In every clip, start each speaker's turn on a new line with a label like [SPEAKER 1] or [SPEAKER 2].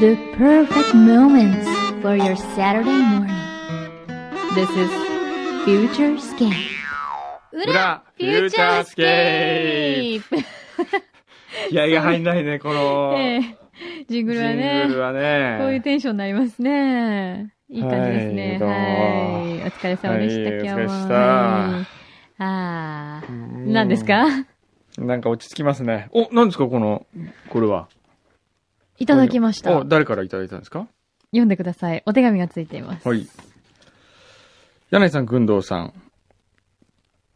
[SPEAKER 1] The perfect moments for your Saturday morning. This is Future Scape.
[SPEAKER 2] 裏フューチャースケー
[SPEAKER 1] プ
[SPEAKER 2] いやいや、入んないね、この、
[SPEAKER 1] ええジングルは
[SPEAKER 2] ジ
[SPEAKER 1] ね
[SPEAKER 2] ングルはね。
[SPEAKER 1] こういうテンションになりますね。いい感じですね。
[SPEAKER 2] は
[SPEAKER 1] はいい。お疲れ様でした、今
[SPEAKER 2] はいお疲れ
[SPEAKER 1] 日
[SPEAKER 2] 様でし
[SPEAKER 1] も。
[SPEAKER 2] た
[SPEAKER 1] はいああ、
[SPEAKER 2] うん
[SPEAKER 1] 何ですか
[SPEAKER 2] なんか落ち着きますね。お、何ですか、この、これは。
[SPEAKER 1] い
[SPEAKER 2] い
[SPEAKER 1] ただきました。
[SPEAKER 2] お、
[SPEAKER 1] 読
[SPEAKER 2] 誰からいただいたんですか
[SPEAKER 1] んでください。お手紙がついています。
[SPEAKER 2] はい。柳井さん、群藤さん。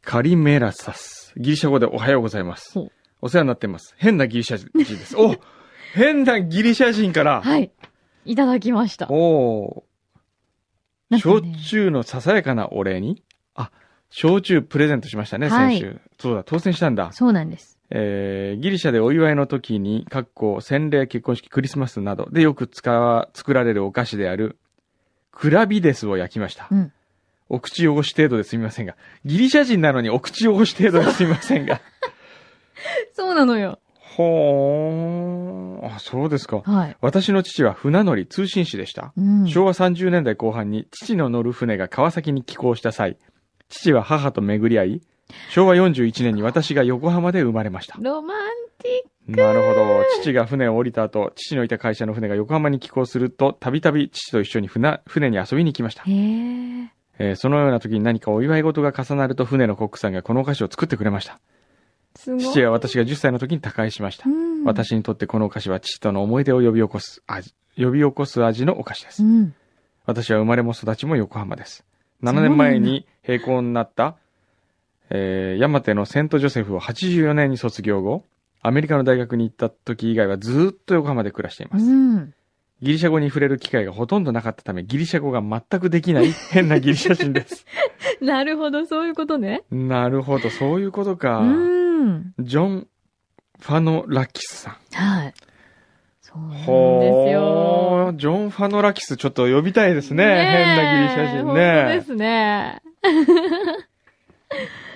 [SPEAKER 2] カリメラサス。ギリシャ語でおはようございます
[SPEAKER 1] ほう。
[SPEAKER 2] お世話になってます。変なギリシャ人です。お変なギリシャ人から。
[SPEAKER 1] はい。いただきました。
[SPEAKER 2] お
[SPEAKER 1] なんかね
[SPEAKER 2] 焼酎のささやかなお礼に、あ、焼酎プレゼントしましたね、
[SPEAKER 1] はい
[SPEAKER 2] 先週。そうだ、当選したんだ。
[SPEAKER 1] そうなんです。
[SPEAKER 2] えー、ギリシャでお祝いの時に、かっこ、洗礼、結婚式、クリスマスなどでよく使わ、作られるお菓子である、クラビデスを焼きました。
[SPEAKER 1] うん
[SPEAKER 2] お口汚し程度ですみませんが、ギリシャ人なのにお口汚し程度ですみませんが。
[SPEAKER 1] そうなのよ。
[SPEAKER 2] ほーん。あ、そうですか。
[SPEAKER 1] はい。
[SPEAKER 2] 私の父は船乗り通信士でした。
[SPEAKER 1] うん。
[SPEAKER 2] 昭和30年代後半に父の乗る船が川崎に寄港した際、父は母と巡り合い、昭和41年に私が横浜で生まれました。
[SPEAKER 1] ロマンティッ
[SPEAKER 2] なるほど。父が船を降りた後、父のいた会社の船が横浜に寄港すると、たびたび父と一緒に船、船に遊びに行きました
[SPEAKER 1] ク。。へえ。
[SPEAKER 2] えーそのような時に何かお祝い事が重なると船のコックさんがこのお菓子を作ってくれました。
[SPEAKER 1] すごい。
[SPEAKER 2] 父は私が10歳の時に他界しました
[SPEAKER 1] う。ん。。
[SPEAKER 2] 私にとってこのお菓子は父との思い出を呼び起こす味、呼び起こす味のお菓子で
[SPEAKER 1] う
[SPEAKER 2] す。
[SPEAKER 1] ん。
[SPEAKER 2] 私は生まれも育ちも横浜です。
[SPEAKER 1] うな
[SPEAKER 2] 7
[SPEAKER 1] んだ
[SPEAKER 2] 年前に閉校になった、えー、山手のセントジョセフを84年に卒業後、アメリカの大学に行った時以外はずーっと横浜で暮らしていま
[SPEAKER 1] う
[SPEAKER 2] す。
[SPEAKER 1] ん。
[SPEAKER 2] ギリシャ語に触れる機会がほとんどなかったため、ギリシャ語が全くできない変なギリシャ 人です。
[SPEAKER 1] なるほど、そういうことね。
[SPEAKER 2] なるほど、そういうこと
[SPEAKER 1] う
[SPEAKER 2] か。
[SPEAKER 1] ーん。
[SPEAKER 2] ジョン・ファノラキスさん。
[SPEAKER 1] はい。そうなんです
[SPEAKER 2] ほ
[SPEAKER 1] よ。
[SPEAKER 2] ー、ジョン・ファノラキスちょっと呼びたいですね。変なギリシャ人ね。
[SPEAKER 1] 本当ですね。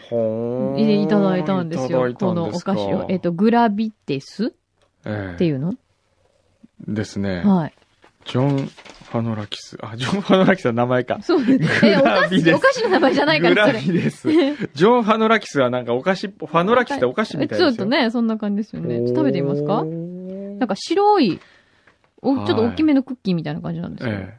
[SPEAKER 2] ほー
[SPEAKER 1] いいただいたんですよ。
[SPEAKER 2] いただ
[SPEAKER 1] こ
[SPEAKER 2] いた
[SPEAKER 1] の
[SPEAKER 2] んで
[SPEAKER 1] お
[SPEAKER 2] すか
[SPEAKER 1] 菓子を。えっと、グラビテス
[SPEAKER 2] ええ
[SPEAKER 1] っていうの
[SPEAKER 2] ですね。
[SPEAKER 1] はい。
[SPEAKER 2] ジョン・ファノラキス。あ、ジョン・ファノラキスは名前か。
[SPEAKER 1] そうです。え、お
[SPEAKER 2] グ
[SPEAKER 1] 菓
[SPEAKER 2] ラビ
[SPEAKER 1] 子、
[SPEAKER 2] です
[SPEAKER 1] お菓子の名前じゃないか
[SPEAKER 2] グ
[SPEAKER 1] ら、
[SPEAKER 2] ラ
[SPEAKER 1] それ。
[SPEAKER 2] ビです。ジョン・ファノラキスはなんかお菓子っぽ、ファノラキスってお菓子みた
[SPEAKER 1] ち
[SPEAKER 2] いです
[SPEAKER 1] ょ
[SPEAKER 2] よ
[SPEAKER 1] っと。ね、そんな感じですよね。ちょっと食べてみますか
[SPEAKER 2] な
[SPEAKER 1] なんか白い、お
[SPEAKER 2] はい
[SPEAKER 1] ちょっと大きめのクッキーみたいな感じなんですけど、
[SPEAKER 2] え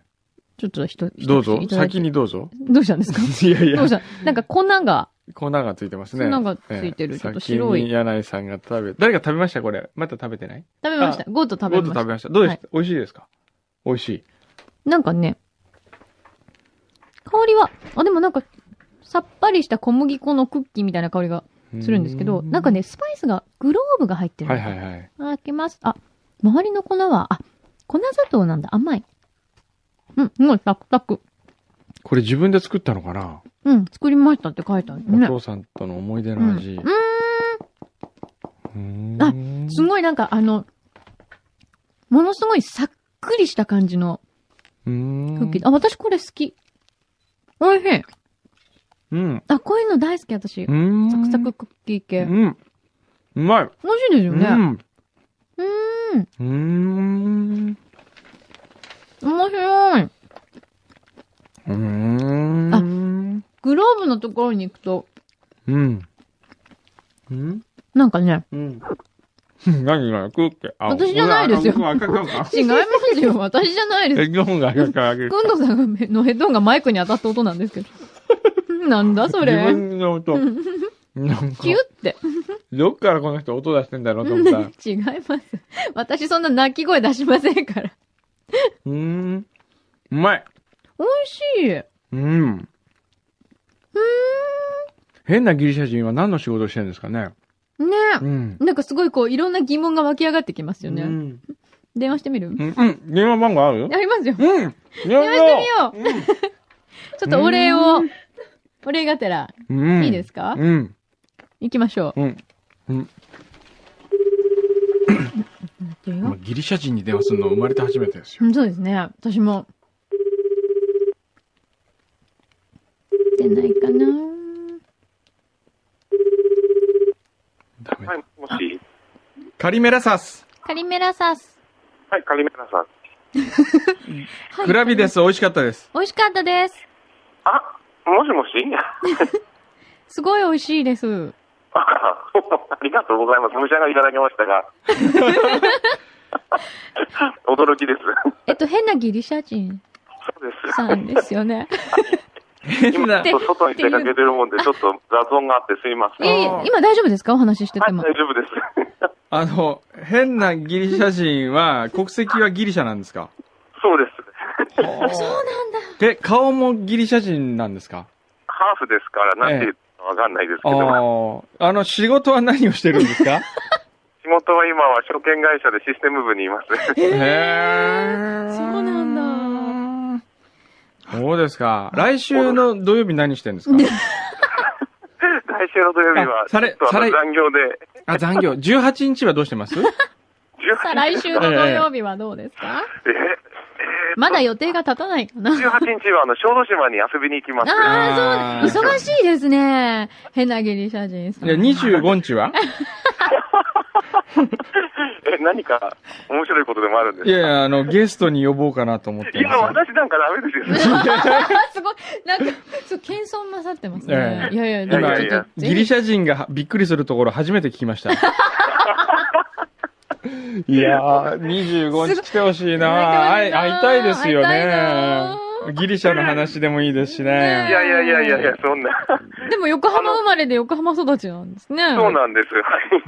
[SPEAKER 1] ちょっとひと、
[SPEAKER 2] え。どう
[SPEAKER 1] 一口
[SPEAKER 2] ぞ
[SPEAKER 1] い、ただいて
[SPEAKER 2] 先。にどうぞ。
[SPEAKER 1] どうしたんですか
[SPEAKER 2] いやい
[SPEAKER 1] ど
[SPEAKER 2] や
[SPEAKER 1] うし、たなんか粉が、
[SPEAKER 2] 粉がついてますね。
[SPEAKER 1] 粉がついてる
[SPEAKER 2] ええ
[SPEAKER 1] ちょっと白い
[SPEAKER 2] 先に柳井さんが食べ、誰が食べましたこれ。また食べてない
[SPEAKER 1] 食べました。ゴート食べ
[SPEAKER 2] ゴー
[SPEAKER 1] まし
[SPEAKER 2] ト
[SPEAKER 1] た
[SPEAKER 2] 食べ。ました。どうでした
[SPEAKER 1] は
[SPEAKER 2] 美味しいですか美味しい。
[SPEAKER 1] なんかね、香りは、あ、でもなんか、さっぱりした小麦粉のクッキーみたいな香りがするんですけど、
[SPEAKER 2] う
[SPEAKER 1] なんか。ね、スパイスが、グローブが入ってる。
[SPEAKER 2] はいはいはい。
[SPEAKER 1] い。開けます。あ、周りの粉は、あ、粉砂糖なんだ。甘い。うん、すごいサクサク。
[SPEAKER 2] これ自分で作ったのかな
[SPEAKER 1] うん、作りましたって書いてある
[SPEAKER 2] お
[SPEAKER 1] ね。
[SPEAKER 2] 父さんとの思い出
[SPEAKER 1] う
[SPEAKER 2] の
[SPEAKER 1] ん。う
[SPEAKER 2] 味。
[SPEAKER 1] あ
[SPEAKER 2] あ
[SPEAKER 1] んすごいなんか、あの、ものすごいさっくりした感じの
[SPEAKER 2] うーん
[SPEAKER 1] クッキー。あ、私これ好き。おいしい。
[SPEAKER 2] うん。
[SPEAKER 1] あ、こういうの大好き、私。
[SPEAKER 2] うん。
[SPEAKER 1] サクサククッキー系。
[SPEAKER 2] うん。うまい。
[SPEAKER 1] 美味しいですよね。
[SPEAKER 2] うん。うん。
[SPEAKER 1] 面白い。
[SPEAKER 2] うーん。
[SPEAKER 1] あ
[SPEAKER 2] うん。
[SPEAKER 1] グローブのところに行くと、
[SPEAKER 2] うん。うん。
[SPEAKER 1] なんかね、
[SPEAKER 2] うん。何がクッキー。あ
[SPEAKER 1] 私じゃないですよ
[SPEAKER 2] うわ赤か赤か
[SPEAKER 1] 違います よ。私じゃないです。
[SPEAKER 2] え日本が赤か赤
[SPEAKER 1] くんどさんがのヘッドホンがマイクに当たった音なんですけど。 なんだそ
[SPEAKER 2] 自
[SPEAKER 1] れ。
[SPEAKER 2] 分の音。なんか
[SPEAKER 1] キュ、って。
[SPEAKER 2] どっからこの人音出してんだろうと思ったら。
[SPEAKER 1] 違います。私そんな泣き声出しませんから。
[SPEAKER 2] うーん。うまい。
[SPEAKER 1] 美味しい。
[SPEAKER 2] うん。変なギリシャ人は何の仕事をしてるんですかね。
[SPEAKER 1] ね
[SPEAKER 2] うん。
[SPEAKER 1] なんかすごいこう、いろんな疑問が湧き上がってきますよ
[SPEAKER 2] う
[SPEAKER 1] ね。
[SPEAKER 2] ん。
[SPEAKER 1] 電話してみる
[SPEAKER 2] うんうん。電話番号ある
[SPEAKER 1] ありますよ。ち
[SPEAKER 2] う
[SPEAKER 1] 話
[SPEAKER 2] ん。電
[SPEAKER 1] して
[SPEAKER 2] みよ
[SPEAKER 1] ょっとお礼を、お礼がてら、
[SPEAKER 2] う。うん。
[SPEAKER 1] いいですか
[SPEAKER 2] うん。
[SPEAKER 1] 行きましょ
[SPEAKER 2] うん。
[SPEAKER 1] う。
[SPEAKER 2] まあギリシャ人に電話するの生まれて初めてですよ。
[SPEAKER 1] うんそうですね。私も。出ないかな
[SPEAKER 2] ダメ
[SPEAKER 3] は。い、もし、
[SPEAKER 2] カリメラサス。
[SPEAKER 1] カリメラサス。
[SPEAKER 3] はい、カリメラさん。
[SPEAKER 1] はい
[SPEAKER 2] クラビです。美味しかった です。
[SPEAKER 1] 美味しかったです。
[SPEAKER 3] あ、もしもし
[SPEAKER 1] すごい美味しいです。
[SPEAKER 3] あありがとうございます。召し上がりいただきましたが。驚きです。
[SPEAKER 1] えっと、変なギリシャ人
[SPEAKER 3] そうです。
[SPEAKER 1] さんですよね。
[SPEAKER 2] 変な
[SPEAKER 1] で。
[SPEAKER 3] ちょっと外に出かけてるもんで、ちょっと雑音があってすいませ
[SPEAKER 1] い
[SPEAKER 3] ん。
[SPEAKER 1] えいえ今大丈夫ですかお話しして
[SPEAKER 3] は
[SPEAKER 1] て
[SPEAKER 3] い、
[SPEAKER 1] も。
[SPEAKER 3] 大丈夫です。
[SPEAKER 2] あの、変なギリシャ人は、国籍はギリシャなんですか
[SPEAKER 3] そうです。
[SPEAKER 2] そうなんだ。で、顔もギリシャ人なんですか
[SPEAKER 3] ハーフですから、なんて言うかわかんないですけ
[SPEAKER 2] あ
[SPEAKER 3] ど、
[SPEAKER 2] あ。あの、仕事は何をしてるんですか
[SPEAKER 3] 仕事は今は証券会社でシステム部に います。
[SPEAKER 2] へえ
[SPEAKER 1] そうなん
[SPEAKER 2] だ。そうですか。来週の土曜日何してるんですか
[SPEAKER 3] 来週の土曜日は、
[SPEAKER 2] あされ
[SPEAKER 3] ちょっとあの
[SPEAKER 2] され
[SPEAKER 3] 残業で、
[SPEAKER 2] あ、残業。18日はどうしてます
[SPEAKER 1] さあ、来週の土曜日はどうですか
[SPEAKER 3] えー
[SPEAKER 1] まだ予定が立たないかな。
[SPEAKER 3] 18日はあの小豆島に遊びに行きます。
[SPEAKER 1] ああ、そう、忙しいですね。変なギリシャ人さん。
[SPEAKER 2] で、25 日は
[SPEAKER 3] え、何か面白いことでもあるんです
[SPEAKER 2] い
[SPEAKER 3] か
[SPEAKER 2] やいや、あの、ゲストに呼ぼうかなと思って
[SPEAKER 3] いや、
[SPEAKER 2] ます。
[SPEAKER 3] 私なんかダメですよ。
[SPEAKER 1] すごい、なんか、そう、謙遜なさってますね
[SPEAKER 2] え。
[SPEAKER 1] いやいや、でも
[SPEAKER 2] 今
[SPEAKER 1] ち
[SPEAKER 3] いやい
[SPEAKER 1] ょっ
[SPEAKER 3] や
[SPEAKER 1] と、
[SPEAKER 2] ギリシャ人がびっくりするところ初めて聞きました。いやー、25日来てほしいな
[SPEAKER 1] すご
[SPEAKER 2] 会
[SPEAKER 1] い
[SPEAKER 2] い会いたいですよ
[SPEAKER 1] 会いたい
[SPEAKER 2] ね
[SPEAKER 1] な。
[SPEAKER 2] ギリシャの話でもいいですし
[SPEAKER 3] い
[SPEAKER 1] ね
[SPEAKER 2] ね。
[SPEAKER 3] やいやいやいやいや、そんな。
[SPEAKER 1] でも横浜生まれで横浜育ちなんですね。
[SPEAKER 3] そうなんです。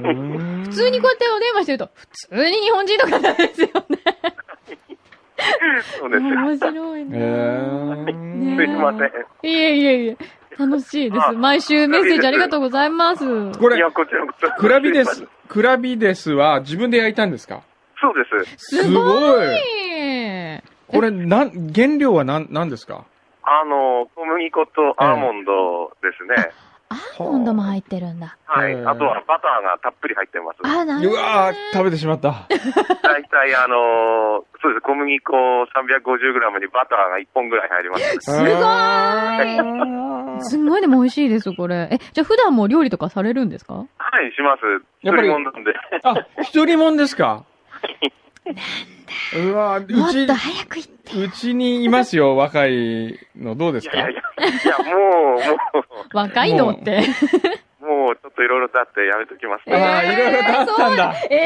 [SPEAKER 3] はい。
[SPEAKER 2] 普
[SPEAKER 1] 普通にこうやってお電話してると、普通に日本人とかなんですよね。
[SPEAKER 3] そうです。
[SPEAKER 1] 面白い
[SPEAKER 2] え
[SPEAKER 1] ね。
[SPEAKER 2] ー
[SPEAKER 3] すいません。
[SPEAKER 1] いえいえいえ、楽しいです。
[SPEAKER 3] あ
[SPEAKER 1] 毎週メッセージありがとうございます。
[SPEAKER 2] こ
[SPEAKER 3] い
[SPEAKER 2] れ、
[SPEAKER 3] や、こちらこそ。
[SPEAKER 2] クラビで
[SPEAKER 3] そ
[SPEAKER 2] す
[SPEAKER 3] う。
[SPEAKER 2] クラビですは自分で焼いたんですか
[SPEAKER 3] です。
[SPEAKER 1] すごい
[SPEAKER 2] これ、なん、原料は何、何ですか
[SPEAKER 3] あの、小麦粉とアーモンドですね。
[SPEAKER 1] アーモンドも入ってるんだ。
[SPEAKER 2] あ
[SPEAKER 3] はい
[SPEAKER 2] へ。ー
[SPEAKER 3] あとはバターがたっぷり入ってます。
[SPEAKER 1] あ、な
[SPEAKER 2] う
[SPEAKER 1] るほどね。
[SPEAKER 2] わー、食べてしまった。
[SPEAKER 3] 大体、あの、そうです。小麦粉 350g にバターが1本ぐらい入ります。
[SPEAKER 1] すごーい。すんごいでも美味しいです、これ。え、じゃあ普段も料理とかされるんですか
[SPEAKER 3] はい、します。
[SPEAKER 2] やっぱり
[SPEAKER 3] 一人もなんで。
[SPEAKER 2] あ、一人もんですかう
[SPEAKER 1] も
[SPEAKER 2] わ
[SPEAKER 1] っ
[SPEAKER 2] ー
[SPEAKER 1] と
[SPEAKER 2] う
[SPEAKER 1] 早く行って。
[SPEAKER 2] ち、うちにいますよ、若いの。どうです
[SPEAKER 3] い
[SPEAKER 2] か
[SPEAKER 3] やいやいや、いや、もう、も
[SPEAKER 1] 若いのって。
[SPEAKER 3] う、もう、ちょっといろいろだってやめときます
[SPEAKER 2] あ
[SPEAKER 3] ね。
[SPEAKER 2] ーいろいろとあったんだ
[SPEAKER 1] そうえ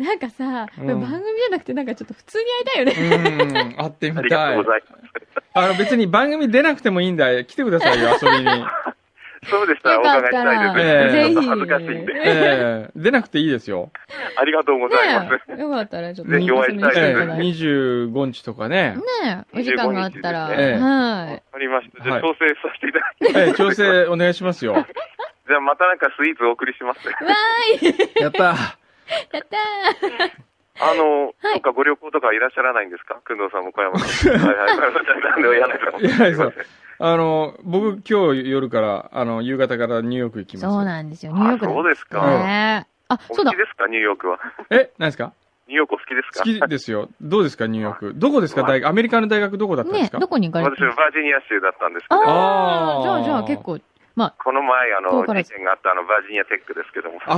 [SPEAKER 1] えなんかさ、
[SPEAKER 2] うん
[SPEAKER 1] 番組じゃなくてなんかちょっと普通に会いたいよ
[SPEAKER 2] う
[SPEAKER 1] ね。
[SPEAKER 2] ん、会って
[SPEAKER 3] あ
[SPEAKER 2] み
[SPEAKER 3] りが
[SPEAKER 2] た
[SPEAKER 3] と
[SPEAKER 2] いう
[SPEAKER 3] ご。ざいます。
[SPEAKER 2] あの、別に番組出なくてもいいんだ。来てくださいよ、遊び に。
[SPEAKER 3] そうでしたら
[SPEAKER 1] よ
[SPEAKER 3] お
[SPEAKER 1] かっ
[SPEAKER 3] 伺
[SPEAKER 1] た
[SPEAKER 3] いし
[SPEAKER 1] ら、
[SPEAKER 3] たいです。
[SPEAKER 1] ぜ
[SPEAKER 3] ちょっ
[SPEAKER 1] ひ。
[SPEAKER 3] と恥ずかしいんで。
[SPEAKER 2] ええ出なくていいですよ。
[SPEAKER 3] ありがとうございます。
[SPEAKER 1] ねえ、よかったらちょっと
[SPEAKER 3] ぜひお会いしたいです
[SPEAKER 2] ええ
[SPEAKER 1] 遊びに来てい
[SPEAKER 2] 25日とかね。
[SPEAKER 1] ただいてねえ、お時間があったら、
[SPEAKER 3] 25
[SPEAKER 2] 日ですね
[SPEAKER 1] はい。
[SPEAKER 3] わかりました。じゃ
[SPEAKER 2] は
[SPEAKER 3] あ、
[SPEAKER 2] い
[SPEAKER 3] 調整させていただきます。
[SPEAKER 2] ええ調整お願いします よ。
[SPEAKER 3] じゃあ、またなんかスイーツお送りします。
[SPEAKER 1] わーい
[SPEAKER 2] やった
[SPEAKER 1] やったー
[SPEAKER 3] あの、
[SPEAKER 1] はい
[SPEAKER 3] そっか、ご旅行とかいらっしゃらないんですか工藤さんも小山さんも。はいはい。なんでもやらないと思って
[SPEAKER 2] いやいやそうあの、僕今日夜から、あの、夕方からニューヨーク行きます。
[SPEAKER 1] そうなんですよ、ニューヨーク
[SPEAKER 3] あそうですか。
[SPEAKER 1] ねえあ、
[SPEAKER 3] お
[SPEAKER 1] そうだ
[SPEAKER 3] 好き。ですかニューヨークは。
[SPEAKER 2] え、何ですか
[SPEAKER 3] ニューヨークお好きで
[SPEAKER 2] 好
[SPEAKER 3] すか
[SPEAKER 2] きですよ。どうですか、ニューヨーク。どこですか、大学。アメリカの大学どこだったんで
[SPEAKER 1] ね
[SPEAKER 2] す
[SPEAKER 1] え、
[SPEAKER 2] か、
[SPEAKER 1] どこに行かれ
[SPEAKER 3] 私
[SPEAKER 1] てる
[SPEAKER 3] はバージニア州だったんですけど、
[SPEAKER 1] あ
[SPEAKER 2] あ
[SPEAKER 1] ー
[SPEAKER 2] ー
[SPEAKER 1] じゃあじゃあ結構、
[SPEAKER 3] この前、あの
[SPEAKER 1] 遠、から
[SPEAKER 3] 事件があったあの、バージニアテックですけども。
[SPEAKER 1] あー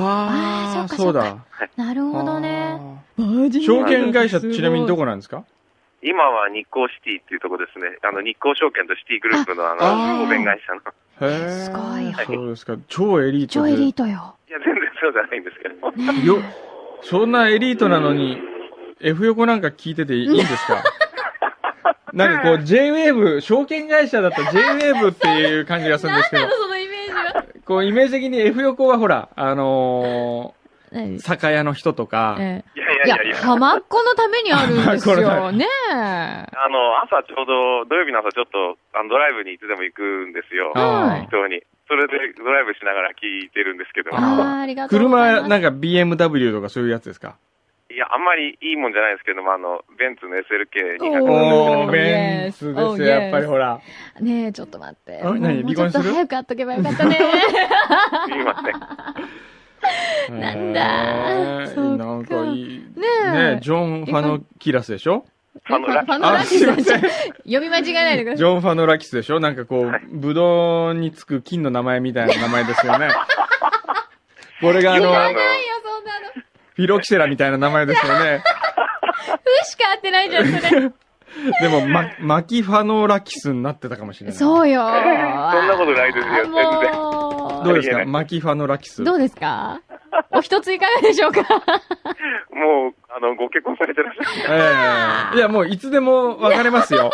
[SPEAKER 2] ああ、
[SPEAKER 1] そうか
[SPEAKER 2] そうだ。
[SPEAKER 1] なるほどね。
[SPEAKER 2] あー。証
[SPEAKER 1] 証
[SPEAKER 2] 券会社、ちなみにどこなんですか
[SPEAKER 3] 今は日光シティっていうとこですね。あの、日光証券とシティグループのあ
[SPEAKER 2] あ
[SPEAKER 3] の、
[SPEAKER 2] あー
[SPEAKER 3] お弁会社の。
[SPEAKER 2] へえ。
[SPEAKER 1] すごいよ
[SPEAKER 2] そうですか。超エリート
[SPEAKER 1] 超
[SPEAKER 2] で。
[SPEAKER 1] エリートよ。
[SPEAKER 3] いや、全然そうじゃないんですけど。
[SPEAKER 2] よ、そんなエリートなのに、F 横なんか聞いてていいんで すかなんかこう、JWAVE、証券会社だった JWAVE っていう感じがするんですけど、
[SPEAKER 1] そのイメージ は。
[SPEAKER 2] こう、イメージ的に F 横はほら、あの
[SPEAKER 1] 何
[SPEAKER 2] ー、酒屋の人とか、
[SPEAKER 1] え
[SPEAKER 3] いやい
[SPEAKER 1] えい
[SPEAKER 3] やいやい
[SPEAKER 1] や、
[SPEAKER 3] や。
[SPEAKER 1] 浜っ子のためにあるん です
[SPEAKER 2] 浜
[SPEAKER 1] よ。
[SPEAKER 2] っ子のため
[SPEAKER 1] ねえ。
[SPEAKER 3] あの、朝ちょうど、土曜日の朝ちょっと、あのドライブにいつでも行くんですよ。
[SPEAKER 2] はい
[SPEAKER 3] 人に。それでドライブしながら聞いてるんですけども。
[SPEAKER 1] あ
[SPEAKER 2] あ
[SPEAKER 1] あ、ありがとうございます。
[SPEAKER 2] 車、なんか BMW とかそういうやつですか
[SPEAKER 3] いや、あんまりいいもんじゃないですけども、あの、ベンツの SLK200
[SPEAKER 1] おー
[SPEAKER 2] おー、ベンツですよ、やっぱりほら。
[SPEAKER 1] ねえ、ちょっと待って。
[SPEAKER 2] あ何
[SPEAKER 1] もうちょっと
[SPEAKER 2] 離婚する
[SPEAKER 1] 早く会っとけばよかった ね。
[SPEAKER 3] すいません。
[SPEAKER 1] なんだ
[SPEAKER 2] へー
[SPEAKER 1] そっか
[SPEAKER 2] なんかいい。
[SPEAKER 1] ねえ
[SPEAKER 2] ねジョン・ファノキラスでしょ
[SPEAKER 3] ファノラ
[SPEAKER 1] ファノラ
[SPEAKER 2] あ、
[SPEAKER 1] キ
[SPEAKER 2] すい
[SPEAKER 1] ス
[SPEAKER 2] ません。
[SPEAKER 1] 読み間違えないでくだ
[SPEAKER 2] ジ
[SPEAKER 1] さい。
[SPEAKER 2] ョン・ファノラキスでしょなんかこ、
[SPEAKER 3] はいう
[SPEAKER 2] ブドウにつく金の名前みたいな名前ですよ ね。これがあ
[SPEAKER 3] い
[SPEAKER 2] の
[SPEAKER 3] や、
[SPEAKER 1] ないよ、そんなの。
[SPEAKER 2] フィロキセラみたいな名前ですよね。
[SPEAKER 1] 不しかか合ってないじゃん、それ。
[SPEAKER 2] でも、ま、マキファノラキスになってたかもしれない。
[SPEAKER 1] そうよ。そん
[SPEAKER 3] そんなことないですよ全然
[SPEAKER 2] どう
[SPEAKER 1] も
[SPEAKER 2] ですかマキファノラキス。
[SPEAKER 1] う、どうですかお一ついかがでしょ うか
[SPEAKER 3] もう、あの、ご結婚されてらっしゃる。
[SPEAKER 2] ええいや、もういつでも別れますよ。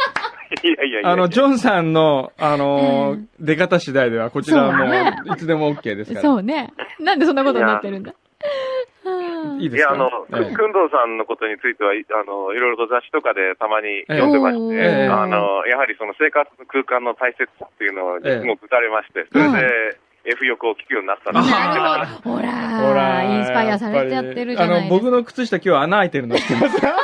[SPEAKER 3] いやいやいや。
[SPEAKER 2] あの、ジョンさんの、あのー
[SPEAKER 1] う
[SPEAKER 2] 出方次第では、こちらは
[SPEAKER 1] そうだ
[SPEAKER 2] もう、いつでも OK ですから。
[SPEAKER 1] そうね。なんでそんなことになってるんだ。うん
[SPEAKER 2] いい
[SPEAKER 3] い
[SPEAKER 2] です
[SPEAKER 3] や、
[SPEAKER 2] か
[SPEAKER 3] あの、く
[SPEAKER 2] ええ
[SPEAKER 3] くんどうさんのことについては、いあの、いろいろと雑誌とかでたまに読んでまして、
[SPEAKER 2] ええ
[SPEAKER 3] あの、やはりその生活の空間の大切さっていうのを、
[SPEAKER 2] ええ
[SPEAKER 3] もう打たれまして、それで、F 欲を聞くようになったんです
[SPEAKER 2] あ
[SPEAKER 3] けど
[SPEAKER 1] なるほど。ほら
[SPEAKER 2] ほら
[SPEAKER 1] インスパイアされちゃってるじゃな
[SPEAKER 2] やっぱりあ
[SPEAKER 1] い
[SPEAKER 2] の、
[SPEAKER 1] です
[SPEAKER 2] 僕
[SPEAKER 1] か。
[SPEAKER 2] の靴下今日穴開いてるの知ってます
[SPEAKER 3] はい。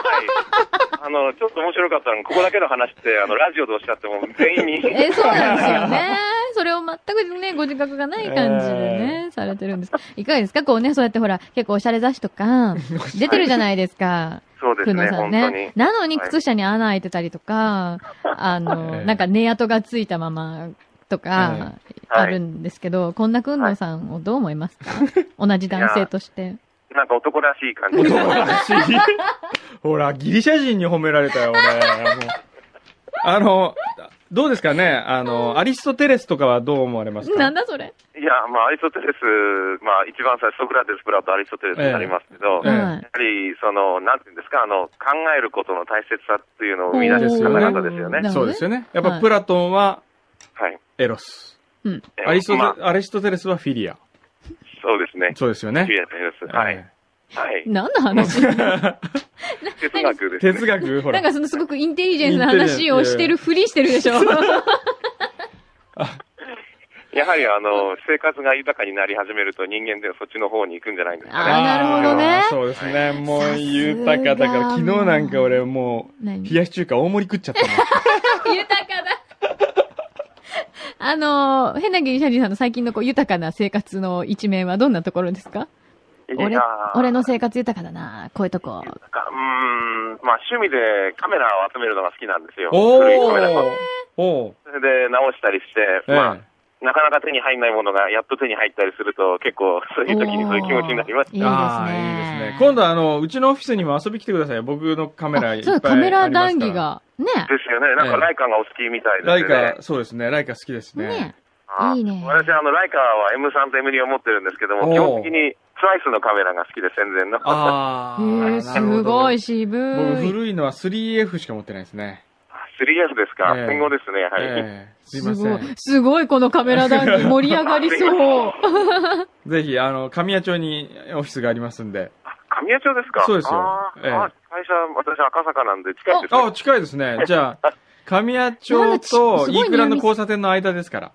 [SPEAKER 3] あの、ちょっと面白かったのが、ここだけの話って、あの、ラジオでおっしゃっても、全 員に。
[SPEAKER 1] え、そうなんですよね。それを全くね、ご自覚がない感じでね、されてるんですけど。いかがですかこうね、そうやってほら、結構おしゃれ雑誌とか、出てるじゃないですか。
[SPEAKER 3] そうです
[SPEAKER 1] 久野
[SPEAKER 3] ね、
[SPEAKER 1] さん
[SPEAKER 3] 本当に
[SPEAKER 1] ね。。なのに靴下に穴開いてたりとか、あ
[SPEAKER 2] ええ
[SPEAKER 1] の、なんか寝跡がついたままとか、あるんですけど、こんなくんのさんをどう思いますか同じ男性として。
[SPEAKER 3] なんか男らしい感じ。
[SPEAKER 2] 男らしい。ほら、ギリシャ人に褒められたよ、俺。もうあの、どうですかねあの、アリストテレスとかはどう思われますか
[SPEAKER 1] なんだそれ。
[SPEAKER 3] いや、まあ、アリストテレス、まあ、一番最初、ソクラテス、プラト、アリストテレスになりますけど、
[SPEAKER 2] ええ
[SPEAKER 1] は
[SPEAKER 3] やはり、その、なんていうんですか、あの、考えることの大切さっていうのを生み出
[SPEAKER 2] です
[SPEAKER 3] す
[SPEAKER 2] よ
[SPEAKER 3] 方
[SPEAKER 2] ね
[SPEAKER 3] 々ですよね。
[SPEAKER 1] なるほどね
[SPEAKER 2] そうですよね。やっ
[SPEAKER 1] は
[SPEAKER 2] ぱ
[SPEAKER 1] い
[SPEAKER 2] プラトンは
[SPEAKER 3] はい。
[SPEAKER 2] エロス。
[SPEAKER 3] えー
[SPEAKER 2] アリストテ、
[SPEAKER 3] まあ、
[SPEAKER 2] アリストテレスはフィリア。
[SPEAKER 3] そうですね。
[SPEAKER 2] そうですよね
[SPEAKER 3] フィ。アテレス。はい。はい
[SPEAKER 1] い。。何の話
[SPEAKER 3] 哲学ですね。
[SPEAKER 2] 哲学、ほ
[SPEAKER 1] な
[SPEAKER 2] ら
[SPEAKER 1] ん。かそのすごくインテリジェンスな話をしてるふりしてるでしょ。
[SPEAKER 3] やはり、あの、生活が豊かになり始めると、人間ではそっちの方に行くんじゃないんですか
[SPEAKER 1] あ
[SPEAKER 3] ね。
[SPEAKER 1] ーなるほどね
[SPEAKER 2] あーそうですね。もう豊かだから、
[SPEAKER 1] さ
[SPEAKER 2] 昨
[SPEAKER 1] す
[SPEAKER 2] 日
[SPEAKER 1] が
[SPEAKER 2] なんか俺もう、
[SPEAKER 1] 何
[SPEAKER 2] 冷やし中華大盛り食っちゃったも ん。
[SPEAKER 1] 豊かだ。あの、変なギリシャ人さんの最近のこう豊かな生活の一面はどんなところですか
[SPEAKER 3] い
[SPEAKER 1] 俺
[SPEAKER 3] や、
[SPEAKER 1] 俺の生活豊かだな。こういうとこ。
[SPEAKER 3] かうーん、まあ趣味でカメラを集めるのが好きなんですよ。
[SPEAKER 2] お
[SPEAKER 3] 古いカメラ
[SPEAKER 2] ー
[SPEAKER 3] を。
[SPEAKER 2] おー。
[SPEAKER 3] それで直したりして、
[SPEAKER 2] ええ
[SPEAKER 3] まあ、なかなか手に入んないものがやっと手に入ったりすると、結構そういう時にそういう気持ちになります
[SPEAKER 1] おーいいですね
[SPEAKER 2] あーいいですね。今度あの、うちのオフィスにも遊び来てくださいよ。僕のカメラいっぱい
[SPEAKER 1] そう、カメラ談義
[SPEAKER 2] あ
[SPEAKER 1] が。ね。
[SPEAKER 3] ですよね。なんかライカがお好きみたい
[SPEAKER 2] ります
[SPEAKER 3] です
[SPEAKER 2] から。ライ
[SPEAKER 3] ね
[SPEAKER 2] カ、。そうですね。ライカ好きですね。
[SPEAKER 1] ね。
[SPEAKER 3] あ
[SPEAKER 1] いいね
[SPEAKER 3] 私、あの、ライカは M3 と M2 を持ってるんですけど
[SPEAKER 2] お
[SPEAKER 3] も、
[SPEAKER 2] ー
[SPEAKER 3] 基本的にスライスのカメラが好きで戦前の。あ、
[SPEAKER 2] あ
[SPEAKER 1] へ
[SPEAKER 2] ー。
[SPEAKER 1] え、すごい渋
[SPEAKER 2] なるほど。僕
[SPEAKER 1] い。
[SPEAKER 2] 古いのは 3F しか持ってないですね。
[SPEAKER 3] 3F ですか、
[SPEAKER 2] ええ
[SPEAKER 3] 戦後ですね、やはり。
[SPEAKER 2] ええすい
[SPEAKER 1] す
[SPEAKER 2] ま
[SPEAKER 1] ご
[SPEAKER 2] せ
[SPEAKER 1] い
[SPEAKER 2] ん。。
[SPEAKER 1] すごい、このカメラ談義盛り上がり そう。
[SPEAKER 2] ぜひ、あの、神谷町にオフィスがありますんで。
[SPEAKER 3] 神谷町ですか
[SPEAKER 2] そうですよ
[SPEAKER 3] あー、
[SPEAKER 2] ええ
[SPEAKER 3] あ会社、私赤坂なんで近いですね。
[SPEAKER 2] あ、近いですね。じゃあ、神谷町
[SPEAKER 1] なんだちすご
[SPEAKER 2] と
[SPEAKER 1] い
[SPEAKER 2] 飯倉の交差点の間ですから。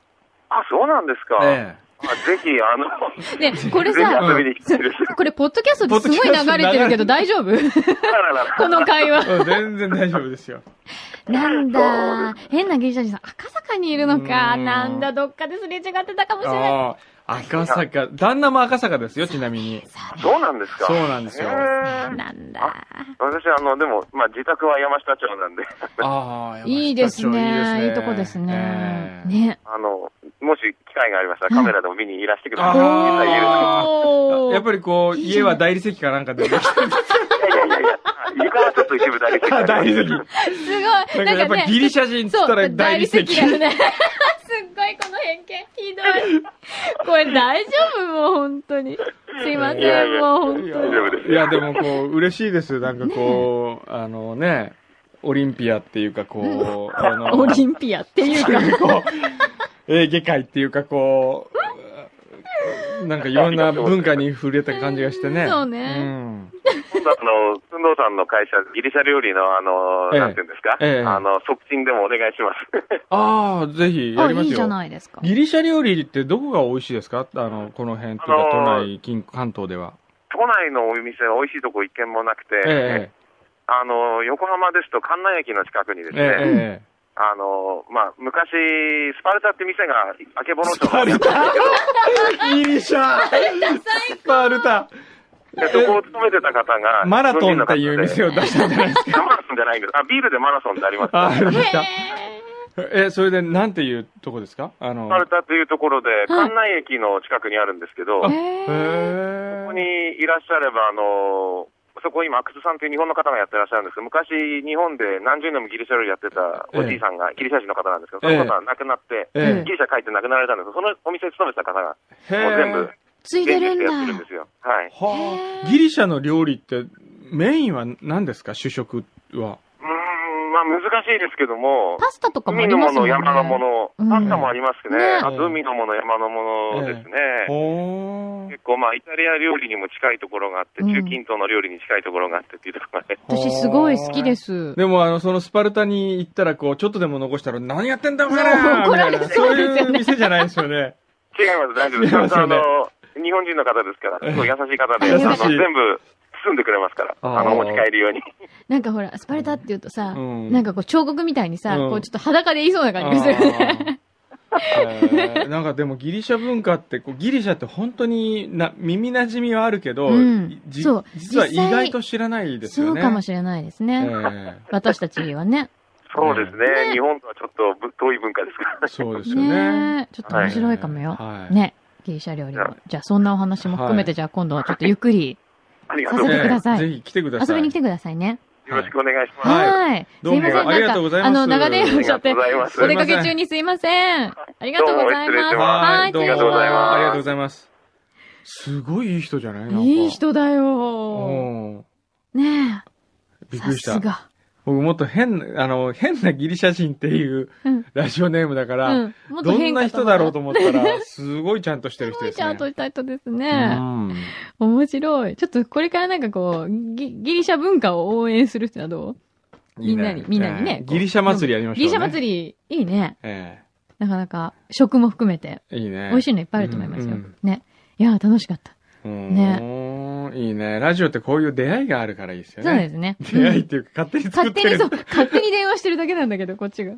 [SPEAKER 3] あ、そうなんですか。
[SPEAKER 2] え
[SPEAKER 3] あぜひ、あの、
[SPEAKER 1] ね、これ
[SPEAKER 3] ぜひ
[SPEAKER 1] さ、
[SPEAKER 3] 遊びに来てる。
[SPEAKER 1] これ、ポッドキャストですごい流れてるけど大丈夫
[SPEAKER 3] あららら
[SPEAKER 1] この会話。
[SPEAKER 2] え。うん全然大丈夫ですよ。
[SPEAKER 1] なんだ。変なギリシャ人さん、赤坂にいるのか。
[SPEAKER 2] うん
[SPEAKER 1] なんだ、どっかですれ違ってたかもしれない。
[SPEAKER 2] ああ、赤坂。旦那も赤坂ですよ、ちなみに。
[SPEAKER 3] そうなんですか
[SPEAKER 2] そうなんですよ
[SPEAKER 3] へー
[SPEAKER 1] なんだ。
[SPEAKER 3] 私、あの、でも、まあ、自宅は山下町なんで、
[SPEAKER 2] ああ、山下町
[SPEAKER 1] いいですね。いいとこです
[SPEAKER 2] え
[SPEAKER 1] ね。
[SPEAKER 2] え
[SPEAKER 1] ね。
[SPEAKER 3] あの、もし機会がありましたらカメラでも見にいらしてください。
[SPEAKER 2] あー
[SPEAKER 3] いやい
[SPEAKER 1] おー
[SPEAKER 2] やっぱりこう、家は大理石かなんかでできてる。
[SPEAKER 3] やいやいや、床はちょっと一部だけ
[SPEAKER 2] あ大理石。
[SPEAKER 1] すご
[SPEAKER 2] だ
[SPEAKER 1] い。
[SPEAKER 2] から
[SPEAKER 1] な
[SPEAKER 2] やっ
[SPEAKER 1] んか
[SPEAKER 2] ぱ
[SPEAKER 1] ね、
[SPEAKER 2] ギリシャ人っつ
[SPEAKER 1] そ
[SPEAKER 2] ったら
[SPEAKER 1] う、
[SPEAKER 2] 大
[SPEAKER 1] 大
[SPEAKER 2] 理
[SPEAKER 1] 理
[SPEAKER 2] 石。
[SPEAKER 1] 石やるね。 すっごいこの偏見。ひどい。これ大丈夫もう本当に。すいませ
[SPEAKER 3] いやい
[SPEAKER 1] ん、
[SPEAKER 3] や
[SPEAKER 1] もう本
[SPEAKER 2] い
[SPEAKER 1] 当
[SPEAKER 2] や
[SPEAKER 1] に。
[SPEAKER 3] 丈夫です
[SPEAKER 2] いや、でもこう、嬉しいです。なんかこう、あのね、オリンピアっていうかこ う、あの、
[SPEAKER 1] オリンピアっていうか。
[SPEAKER 2] こう、えー下界っていうかこう、なんかいろんな文化に触れた感じがしてね。
[SPEAKER 1] そうね
[SPEAKER 2] ん
[SPEAKER 3] 今度、あの、寸藤さんの会社、ギリシャ料理の、あの、
[SPEAKER 2] ええ
[SPEAKER 3] なんていうんですか、
[SPEAKER 2] ええ
[SPEAKER 3] あの、促進でもお願いします。
[SPEAKER 2] ああ、ぜひや
[SPEAKER 1] あ、
[SPEAKER 2] りま
[SPEAKER 1] い
[SPEAKER 2] す
[SPEAKER 1] いじゃ
[SPEAKER 2] よ。
[SPEAKER 1] ないですか。
[SPEAKER 2] ギリシャ料理ってどこが美味しいですかあの、この辺とか、
[SPEAKER 3] あのー
[SPEAKER 2] 都内、近関東では。
[SPEAKER 3] 都内のお店は美味しいとこ一軒もなくて、
[SPEAKER 2] え
[SPEAKER 3] あの、横浜ですと、関内駅の近くにで
[SPEAKER 2] え
[SPEAKER 3] す
[SPEAKER 2] えええ
[SPEAKER 3] ね、あの、まあ、昔、スパルタって店が、あけぼの町
[SPEAKER 2] スパルタギリシャスパルタ
[SPEAKER 3] で、そこを勤めてた方が、
[SPEAKER 2] マラトンっていう店
[SPEAKER 3] を。
[SPEAKER 2] を出したんじゃないですか
[SPEAKER 3] マラソンじゃないんです。あ、ビールでマラソンってあります。
[SPEAKER 2] あ、あ
[SPEAKER 3] ス
[SPEAKER 2] りました。
[SPEAKER 1] へ
[SPEAKER 2] え、それで、なんていうとこですかあの、
[SPEAKER 3] パルタというところで、関内駅の近くにあるんですけ
[SPEAKER 1] ー
[SPEAKER 3] ど、こ
[SPEAKER 1] へー
[SPEAKER 2] へ
[SPEAKER 3] こにいらっしゃれば、あの、そこを今、阿久津さんという日本の方がやってらっしゃるんですけど、昔、日本で何十年もギリシャ料理やってたおじいさんが、ギリシャ人の方なんですけど、その方が亡くなって、
[SPEAKER 2] ええ
[SPEAKER 3] ギリシャ帰って亡くなられたんですけどそのお店に勤めてた方が、
[SPEAKER 2] へ
[SPEAKER 3] もう全部
[SPEAKER 2] え。、
[SPEAKER 1] つい
[SPEAKER 3] 現
[SPEAKER 1] で
[SPEAKER 3] 地
[SPEAKER 1] る
[SPEAKER 3] でやって
[SPEAKER 1] ん
[SPEAKER 3] るん
[SPEAKER 1] だ
[SPEAKER 3] で。すよ。は
[SPEAKER 2] は
[SPEAKER 3] い。
[SPEAKER 1] へ
[SPEAKER 2] あ。
[SPEAKER 1] ー
[SPEAKER 2] ギリシャの料理って、メインは何ですか主食は。
[SPEAKER 3] うーん、まあ難しいですけども、
[SPEAKER 1] パスタとかもあ
[SPEAKER 3] 海
[SPEAKER 1] り
[SPEAKER 3] の
[SPEAKER 1] ま
[SPEAKER 3] も
[SPEAKER 1] すよ
[SPEAKER 3] の、
[SPEAKER 1] ね。
[SPEAKER 3] 山のもの、
[SPEAKER 1] うん
[SPEAKER 3] パスタもありますね。
[SPEAKER 1] ね
[SPEAKER 3] あと海のもの、山のものですね。
[SPEAKER 2] ほー。
[SPEAKER 3] 結構まあイタリア料理にも近いところがあって、
[SPEAKER 1] うん
[SPEAKER 3] 中近東の料理に近いところがあってっていうところがね。
[SPEAKER 1] 私すごい好きですす。
[SPEAKER 2] でも、あの、そのスパルタに行ったら、こう、ちょっとでも残したら、何やってんだお前ら
[SPEAKER 1] そう怒られ
[SPEAKER 2] みたい
[SPEAKER 1] そ
[SPEAKER 2] なそうう
[SPEAKER 1] ですよね
[SPEAKER 2] いう店じゃないですよね。
[SPEAKER 3] 違います、大丈夫です。
[SPEAKER 2] 違いますよね
[SPEAKER 3] ちゃんとあの、日本人の方ですから、すごい優しい方で、
[SPEAKER 1] あ
[SPEAKER 3] あ
[SPEAKER 1] 優しい
[SPEAKER 3] の、全部包んでくれますから、
[SPEAKER 2] あー
[SPEAKER 3] あの、持ち帰るように。
[SPEAKER 1] なんかほら、スパルタって言うとさ、
[SPEAKER 2] うん
[SPEAKER 1] なんかこう彫刻みたいにさ、
[SPEAKER 2] うん
[SPEAKER 1] こうちょっと裸で言いそうな感じがするよね。
[SPEAKER 2] あーへーなんかでもギリシャ文化ってこうギリシャって本当にな耳なじみはあるけど、
[SPEAKER 1] うん
[SPEAKER 2] じ
[SPEAKER 1] そう
[SPEAKER 2] 実は意
[SPEAKER 1] 実際
[SPEAKER 2] 外と知らないです
[SPEAKER 1] そ
[SPEAKER 2] よ
[SPEAKER 1] う
[SPEAKER 2] ね。
[SPEAKER 1] かもしれないですね。
[SPEAKER 2] え
[SPEAKER 1] 私たちはね。
[SPEAKER 3] そうです
[SPEAKER 1] ね
[SPEAKER 3] ね。日本とはちょっとぶ遠い文化ですから
[SPEAKER 2] え
[SPEAKER 3] ね。
[SPEAKER 2] そうですよね。
[SPEAKER 1] ねえちょっと面白いかもよ。
[SPEAKER 2] はい
[SPEAKER 1] ね。ギリシャ料理を。じゃあそんなお話も含めて、
[SPEAKER 2] は
[SPEAKER 1] じゃあ今度はちょっとゆっくり
[SPEAKER 3] ありがとう
[SPEAKER 1] 遊
[SPEAKER 3] ご
[SPEAKER 1] んで
[SPEAKER 3] ざい
[SPEAKER 1] ください
[SPEAKER 2] ええぜひ来てくださ
[SPEAKER 1] 遊
[SPEAKER 2] い。
[SPEAKER 1] びに来てくださいね。
[SPEAKER 3] ます。よろしくお願いします。
[SPEAKER 2] はい
[SPEAKER 1] はい。す
[SPEAKER 2] どう
[SPEAKER 1] い
[SPEAKER 2] も
[SPEAKER 1] ません。なんか、
[SPEAKER 2] ありがとうございます
[SPEAKER 1] あの、長年
[SPEAKER 2] あ
[SPEAKER 1] おっ
[SPEAKER 2] り
[SPEAKER 1] しゃ
[SPEAKER 3] が
[SPEAKER 1] って
[SPEAKER 3] とうございま、す
[SPEAKER 1] お出かけ中にすいません。ありがとうござい
[SPEAKER 3] どうも失礼
[SPEAKER 1] ま
[SPEAKER 3] しますす。
[SPEAKER 2] はい、どうも
[SPEAKER 3] ありがとうございます
[SPEAKER 2] ありがとうございます。すごいいい人じゃないなんか。
[SPEAKER 1] いい人だ
[SPEAKER 2] う
[SPEAKER 1] よ。
[SPEAKER 2] ん。
[SPEAKER 1] ねえ。
[SPEAKER 2] びっく
[SPEAKER 1] さ
[SPEAKER 2] りし
[SPEAKER 1] す
[SPEAKER 2] た。
[SPEAKER 1] が。
[SPEAKER 2] 僕もっと変な、あの、変なギリシャ人っていう
[SPEAKER 1] うん。
[SPEAKER 2] ラジオネームだから、
[SPEAKER 1] うん。もっと
[SPEAKER 2] どん
[SPEAKER 1] 変化
[SPEAKER 2] な人だろうと
[SPEAKER 1] 思
[SPEAKER 2] 思ったら、すごいちゃんとしてる
[SPEAKER 1] す
[SPEAKER 2] 人
[SPEAKER 1] ご
[SPEAKER 2] で
[SPEAKER 1] い
[SPEAKER 2] す
[SPEAKER 1] ち
[SPEAKER 2] ね。
[SPEAKER 1] ゃんとした人です
[SPEAKER 2] う
[SPEAKER 1] ね。
[SPEAKER 2] ん。
[SPEAKER 1] 面白い。ちょっとこれからなんかこう、ギギリシャ文化を応援する人はどうみんなに、みんなにね。こう
[SPEAKER 2] ギリシャ祭りやりましょう、
[SPEAKER 1] ギ
[SPEAKER 2] ね。
[SPEAKER 1] リシャ祭り、いいね。
[SPEAKER 2] え
[SPEAKER 1] なかなか、食も含めて、
[SPEAKER 2] えいいね。
[SPEAKER 1] 美味しいのいっぱいあると思いますよ
[SPEAKER 2] うんうん。
[SPEAKER 1] ね。いやー、楽しかった。
[SPEAKER 2] ね。いいね。ラジオってこういう出会いがあるからいいですよね。
[SPEAKER 1] そうですね。
[SPEAKER 2] 出会いっていうか、勝手に作
[SPEAKER 1] 勝
[SPEAKER 2] って
[SPEAKER 1] 手に
[SPEAKER 2] る。
[SPEAKER 1] そう、勝手に電話してるだけなんだけど、こっちが。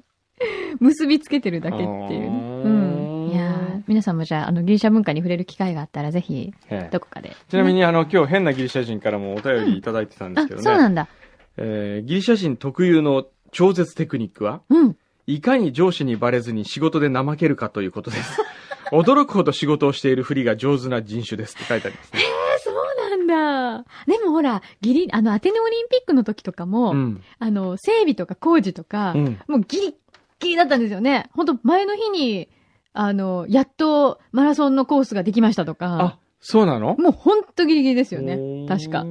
[SPEAKER 1] 結びつけてるだけっていうね。うん。いやー皆さんもじゃあ、あの、ギリシャ文化に触れる機会があったら、ぜひ、
[SPEAKER 2] ええ
[SPEAKER 1] どこかで。
[SPEAKER 2] ちなみに、あの、今日変なギリシャ人からもお便りいただいてたんで
[SPEAKER 1] あ、
[SPEAKER 2] す
[SPEAKER 1] そ
[SPEAKER 2] け
[SPEAKER 1] う
[SPEAKER 2] どね。
[SPEAKER 1] なんだ。
[SPEAKER 2] えーギリシャ人特有の超絶テクニックは
[SPEAKER 1] うん。
[SPEAKER 2] いかに上司にバレずに仕事で怠けるかというこ とです。驚くほど仕事をしているふりが上手な人種ですって書いてありますね。
[SPEAKER 1] そうなんだ。でもほら、ギリ、あの、アテネオリンピックの時とかも、
[SPEAKER 2] うん。
[SPEAKER 1] あの、整備とか工事とか、
[SPEAKER 2] うん。
[SPEAKER 1] もうギリッギリだったんですよね。ほんと、前の日に、あの、やっとマラソンのコースができましたとか
[SPEAKER 2] あ、、そうなの
[SPEAKER 1] もうほんとギリギリですよね。確か。あ
[SPEAKER 2] あ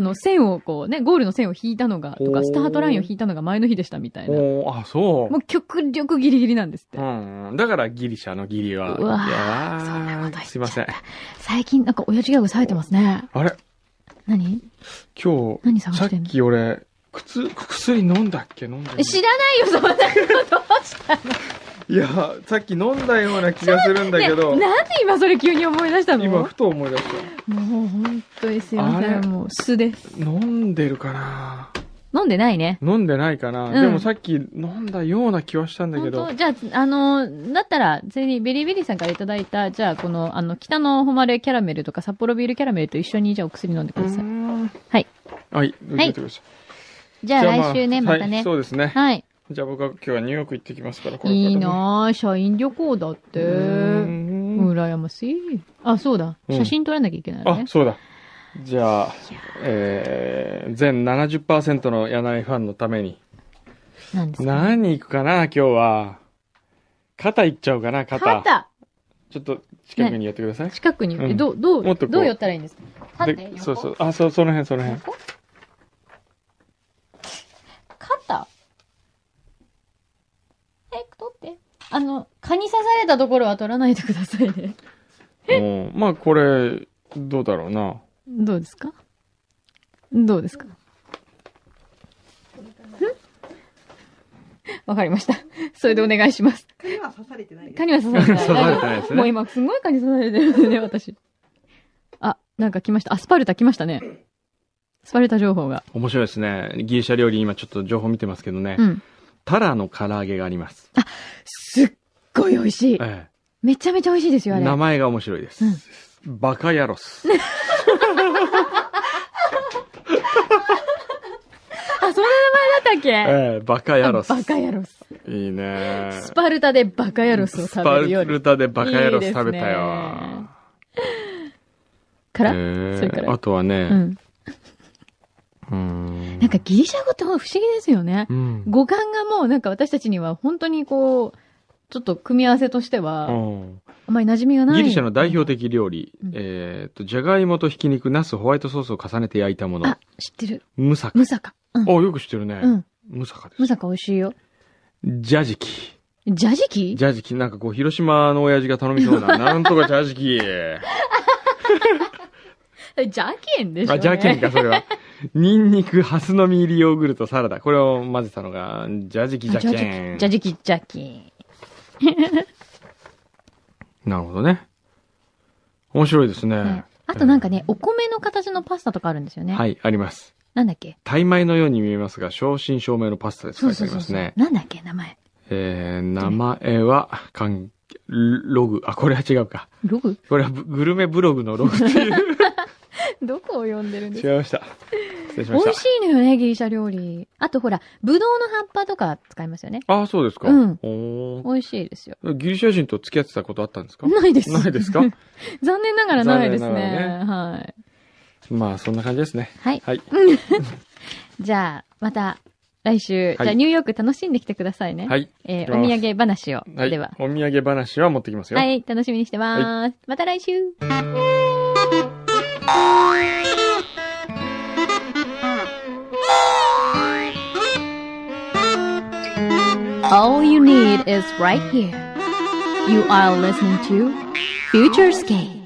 [SPEAKER 1] の、線をこうね、ゴールの線を引いたのが、と
[SPEAKER 2] お
[SPEAKER 1] か、
[SPEAKER 2] ー
[SPEAKER 1] スタートラインを引いたのが前の日でしたみたいな。も
[SPEAKER 2] おーあ、そう。
[SPEAKER 1] う極力ギリギリなんですって。
[SPEAKER 2] うん。だからギリシャのギリは。
[SPEAKER 1] うわー
[SPEAKER 2] いやー
[SPEAKER 1] そんなこと言っちゃった
[SPEAKER 2] すいません。
[SPEAKER 1] 最近なんか親父ギャグ冴えてますね。
[SPEAKER 2] あれ
[SPEAKER 1] 何
[SPEAKER 2] 今
[SPEAKER 1] 何探
[SPEAKER 2] 日、さ
[SPEAKER 1] し
[SPEAKER 2] って
[SPEAKER 1] んの
[SPEAKER 2] き俺、靴、薬飲んだっけ飲んでない
[SPEAKER 1] え知らないよ、そんなこと。どうしたの
[SPEAKER 2] いや、さっき飲んだような気がするんだけど、
[SPEAKER 1] ねなんで今それ急に思い出したの
[SPEAKER 2] 今
[SPEAKER 1] も
[SPEAKER 2] ふと思い出し
[SPEAKER 1] う本当にすいませ
[SPEAKER 2] あ
[SPEAKER 1] ん。
[SPEAKER 2] れ
[SPEAKER 1] もう素です。
[SPEAKER 2] た。飲んでるかな
[SPEAKER 1] 飲んでないね。
[SPEAKER 2] 飲んでないかな、
[SPEAKER 1] うん
[SPEAKER 2] でもさっき飲んだような気はしたんだけ
[SPEAKER 1] 本
[SPEAKER 2] ど
[SPEAKER 1] 当。じゃあ、あの、だったら、ついにベリーベリーさんからいただいた、じゃあ、この、あの、北の誉れキャラメルとか、札幌ビールキャラメルと一緒に、じゃあお薬飲んでください。
[SPEAKER 2] は
[SPEAKER 1] はい。は
[SPEAKER 2] はい。
[SPEAKER 1] い
[SPEAKER 2] 受けてくださ
[SPEAKER 1] じゃあ
[SPEAKER 2] じゃあまあ
[SPEAKER 1] 来週ね、また
[SPEAKER 2] は
[SPEAKER 1] ね
[SPEAKER 2] い。そうですね。
[SPEAKER 1] はい。
[SPEAKER 2] じゃあ僕は今日はニューヨーク行ってきますから、これ
[SPEAKER 1] いいなぁ、社員旅行だって。
[SPEAKER 2] うー
[SPEAKER 1] うん羨ましい。あ、そうだ。
[SPEAKER 2] うん
[SPEAKER 1] 写真撮らなきゃいけない
[SPEAKER 2] あ
[SPEAKER 1] ね、。
[SPEAKER 2] そうだ。じゃあ、えー、全70%の柳井ファンのために。
[SPEAKER 1] なんですか
[SPEAKER 2] 何行くかな、今日は。肩行っちゃおうかな、肩。
[SPEAKER 1] 肩
[SPEAKER 2] ちょっと近くに寄ってください。
[SPEAKER 1] 近くに、
[SPEAKER 2] うん
[SPEAKER 1] どう、ど
[SPEAKER 2] も
[SPEAKER 1] う
[SPEAKER 2] っと、こう
[SPEAKER 1] どう寄ったらいいんですか縦
[SPEAKER 2] で
[SPEAKER 1] 横
[SPEAKER 2] そうそう。あ、そう、その辺、その辺。
[SPEAKER 1] 横肩え、取って。あの、蚊に刺されたところは取らないでくださいね。
[SPEAKER 2] うん。まあ、これ、どうだろうな。
[SPEAKER 1] どうですかどうですかん わかりました。それでお願いします。
[SPEAKER 4] 蚊には刺されてないです
[SPEAKER 1] 蚊には刺されてない。
[SPEAKER 2] 刺されてないですね
[SPEAKER 1] もう今すごい蚊に刺されてるんでね、私。あ、なんか来ました。アスパルタ来ましたね。スパルタ情報が。
[SPEAKER 2] 面白いですね。ギリシャ料理、今ちょっと情報見てますけどね。
[SPEAKER 1] うん。
[SPEAKER 2] タラの唐揚げがあります。
[SPEAKER 1] すっごい美味しい。
[SPEAKER 2] え
[SPEAKER 1] めちゃめちゃ美味しいです
[SPEAKER 2] え
[SPEAKER 1] よ、あれ。
[SPEAKER 2] 名前が面白いです。バカヤロス。
[SPEAKER 1] あ、そんな名前だったっけ
[SPEAKER 2] ええバカヤロス。
[SPEAKER 1] バカヤロス。
[SPEAKER 2] いいね
[SPEAKER 1] スパルタでバカヤロスを食べるよ
[SPEAKER 2] スパル
[SPEAKER 1] り。
[SPEAKER 2] タでバカヤロス
[SPEAKER 1] いいですね
[SPEAKER 2] 食べたよ。
[SPEAKER 1] から、
[SPEAKER 2] ええ
[SPEAKER 1] それから
[SPEAKER 2] あとはね、
[SPEAKER 1] うん。
[SPEAKER 2] うん
[SPEAKER 1] なんかギリシャ語ってほんと不思議ですよね。
[SPEAKER 2] うん
[SPEAKER 1] 語感がもうなんか私たちには本当にこう、ちょっと組み合わせとして
[SPEAKER 2] う
[SPEAKER 1] は、
[SPEAKER 2] ん
[SPEAKER 1] あまり馴染みがない。
[SPEAKER 2] ギリシャの代表的料理、
[SPEAKER 1] うん
[SPEAKER 2] えっと、じゃがいもとひき肉、ナス、ホワイトソースを重ねて焼いたもの
[SPEAKER 1] あ、、知ってる。
[SPEAKER 2] ムサカ。
[SPEAKER 1] ムサカ。うん
[SPEAKER 2] あ、。よく知ってるね。
[SPEAKER 1] うん。
[SPEAKER 2] ムサカです。
[SPEAKER 1] ムサカ美味しいよ。
[SPEAKER 2] ジャジキ。
[SPEAKER 1] ジャジキ
[SPEAKER 2] ジャジキ、なんかこう、広島の親父が頼 みそうな、なんとかジャジキ。
[SPEAKER 1] ジャケンでしょ、ね、
[SPEAKER 2] あ、ジャケンか、そ れは。ニンニク、ハスの実入りヨーグルト、サラダ。これを混ぜたのが、ジャジキ、ジャケン。
[SPEAKER 1] ジャジキ、ジャケン。
[SPEAKER 2] なるほどね。面白いですね
[SPEAKER 1] ね。あとなんかね、お米の形のパスタとかあるんですよ
[SPEAKER 2] え
[SPEAKER 1] ね。
[SPEAKER 2] ー、はい、あります。
[SPEAKER 1] なんだっけ
[SPEAKER 2] タイ米のように見えますが、正真正銘のパスタです。書いてありますね。
[SPEAKER 1] なんだっけ名前。
[SPEAKER 2] えー、名前は、かん、ログ。あ、これは違うか。
[SPEAKER 1] ログ
[SPEAKER 2] これはブグルメブログのログっていう。
[SPEAKER 1] どこを読んでるんですか
[SPEAKER 2] 違いました。失礼し
[SPEAKER 1] 美
[SPEAKER 2] ました
[SPEAKER 1] 味。しいのよね、ギリシャ料理。あとほら、ブドウの葉っぱとか使いますよね。
[SPEAKER 2] あ、そうですか。
[SPEAKER 1] うん
[SPEAKER 2] お
[SPEAKER 1] 美味しいですよ。
[SPEAKER 2] ーギリシャ人と付き合ってたことあったんですか
[SPEAKER 1] ないです。
[SPEAKER 2] ないですか
[SPEAKER 1] 残念ながらないですね。
[SPEAKER 2] 残念なが
[SPEAKER 1] はい。
[SPEAKER 2] まあ、そんな感じですね。
[SPEAKER 1] はい。
[SPEAKER 2] はい。
[SPEAKER 1] じゃあ、また来週、
[SPEAKER 2] はい
[SPEAKER 1] じゃあニューヨーク楽しんできてくださいね。
[SPEAKER 2] はい。
[SPEAKER 1] えー
[SPEAKER 2] 行
[SPEAKER 1] お
[SPEAKER 2] きます
[SPEAKER 1] 土産話を。
[SPEAKER 2] はい
[SPEAKER 1] では。
[SPEAKER 2] お土産話は持ってきますよ。
[SPEAKER 1] はい、楽しみにしてます。また来週青 you need is right here. You are listening to Future Skate.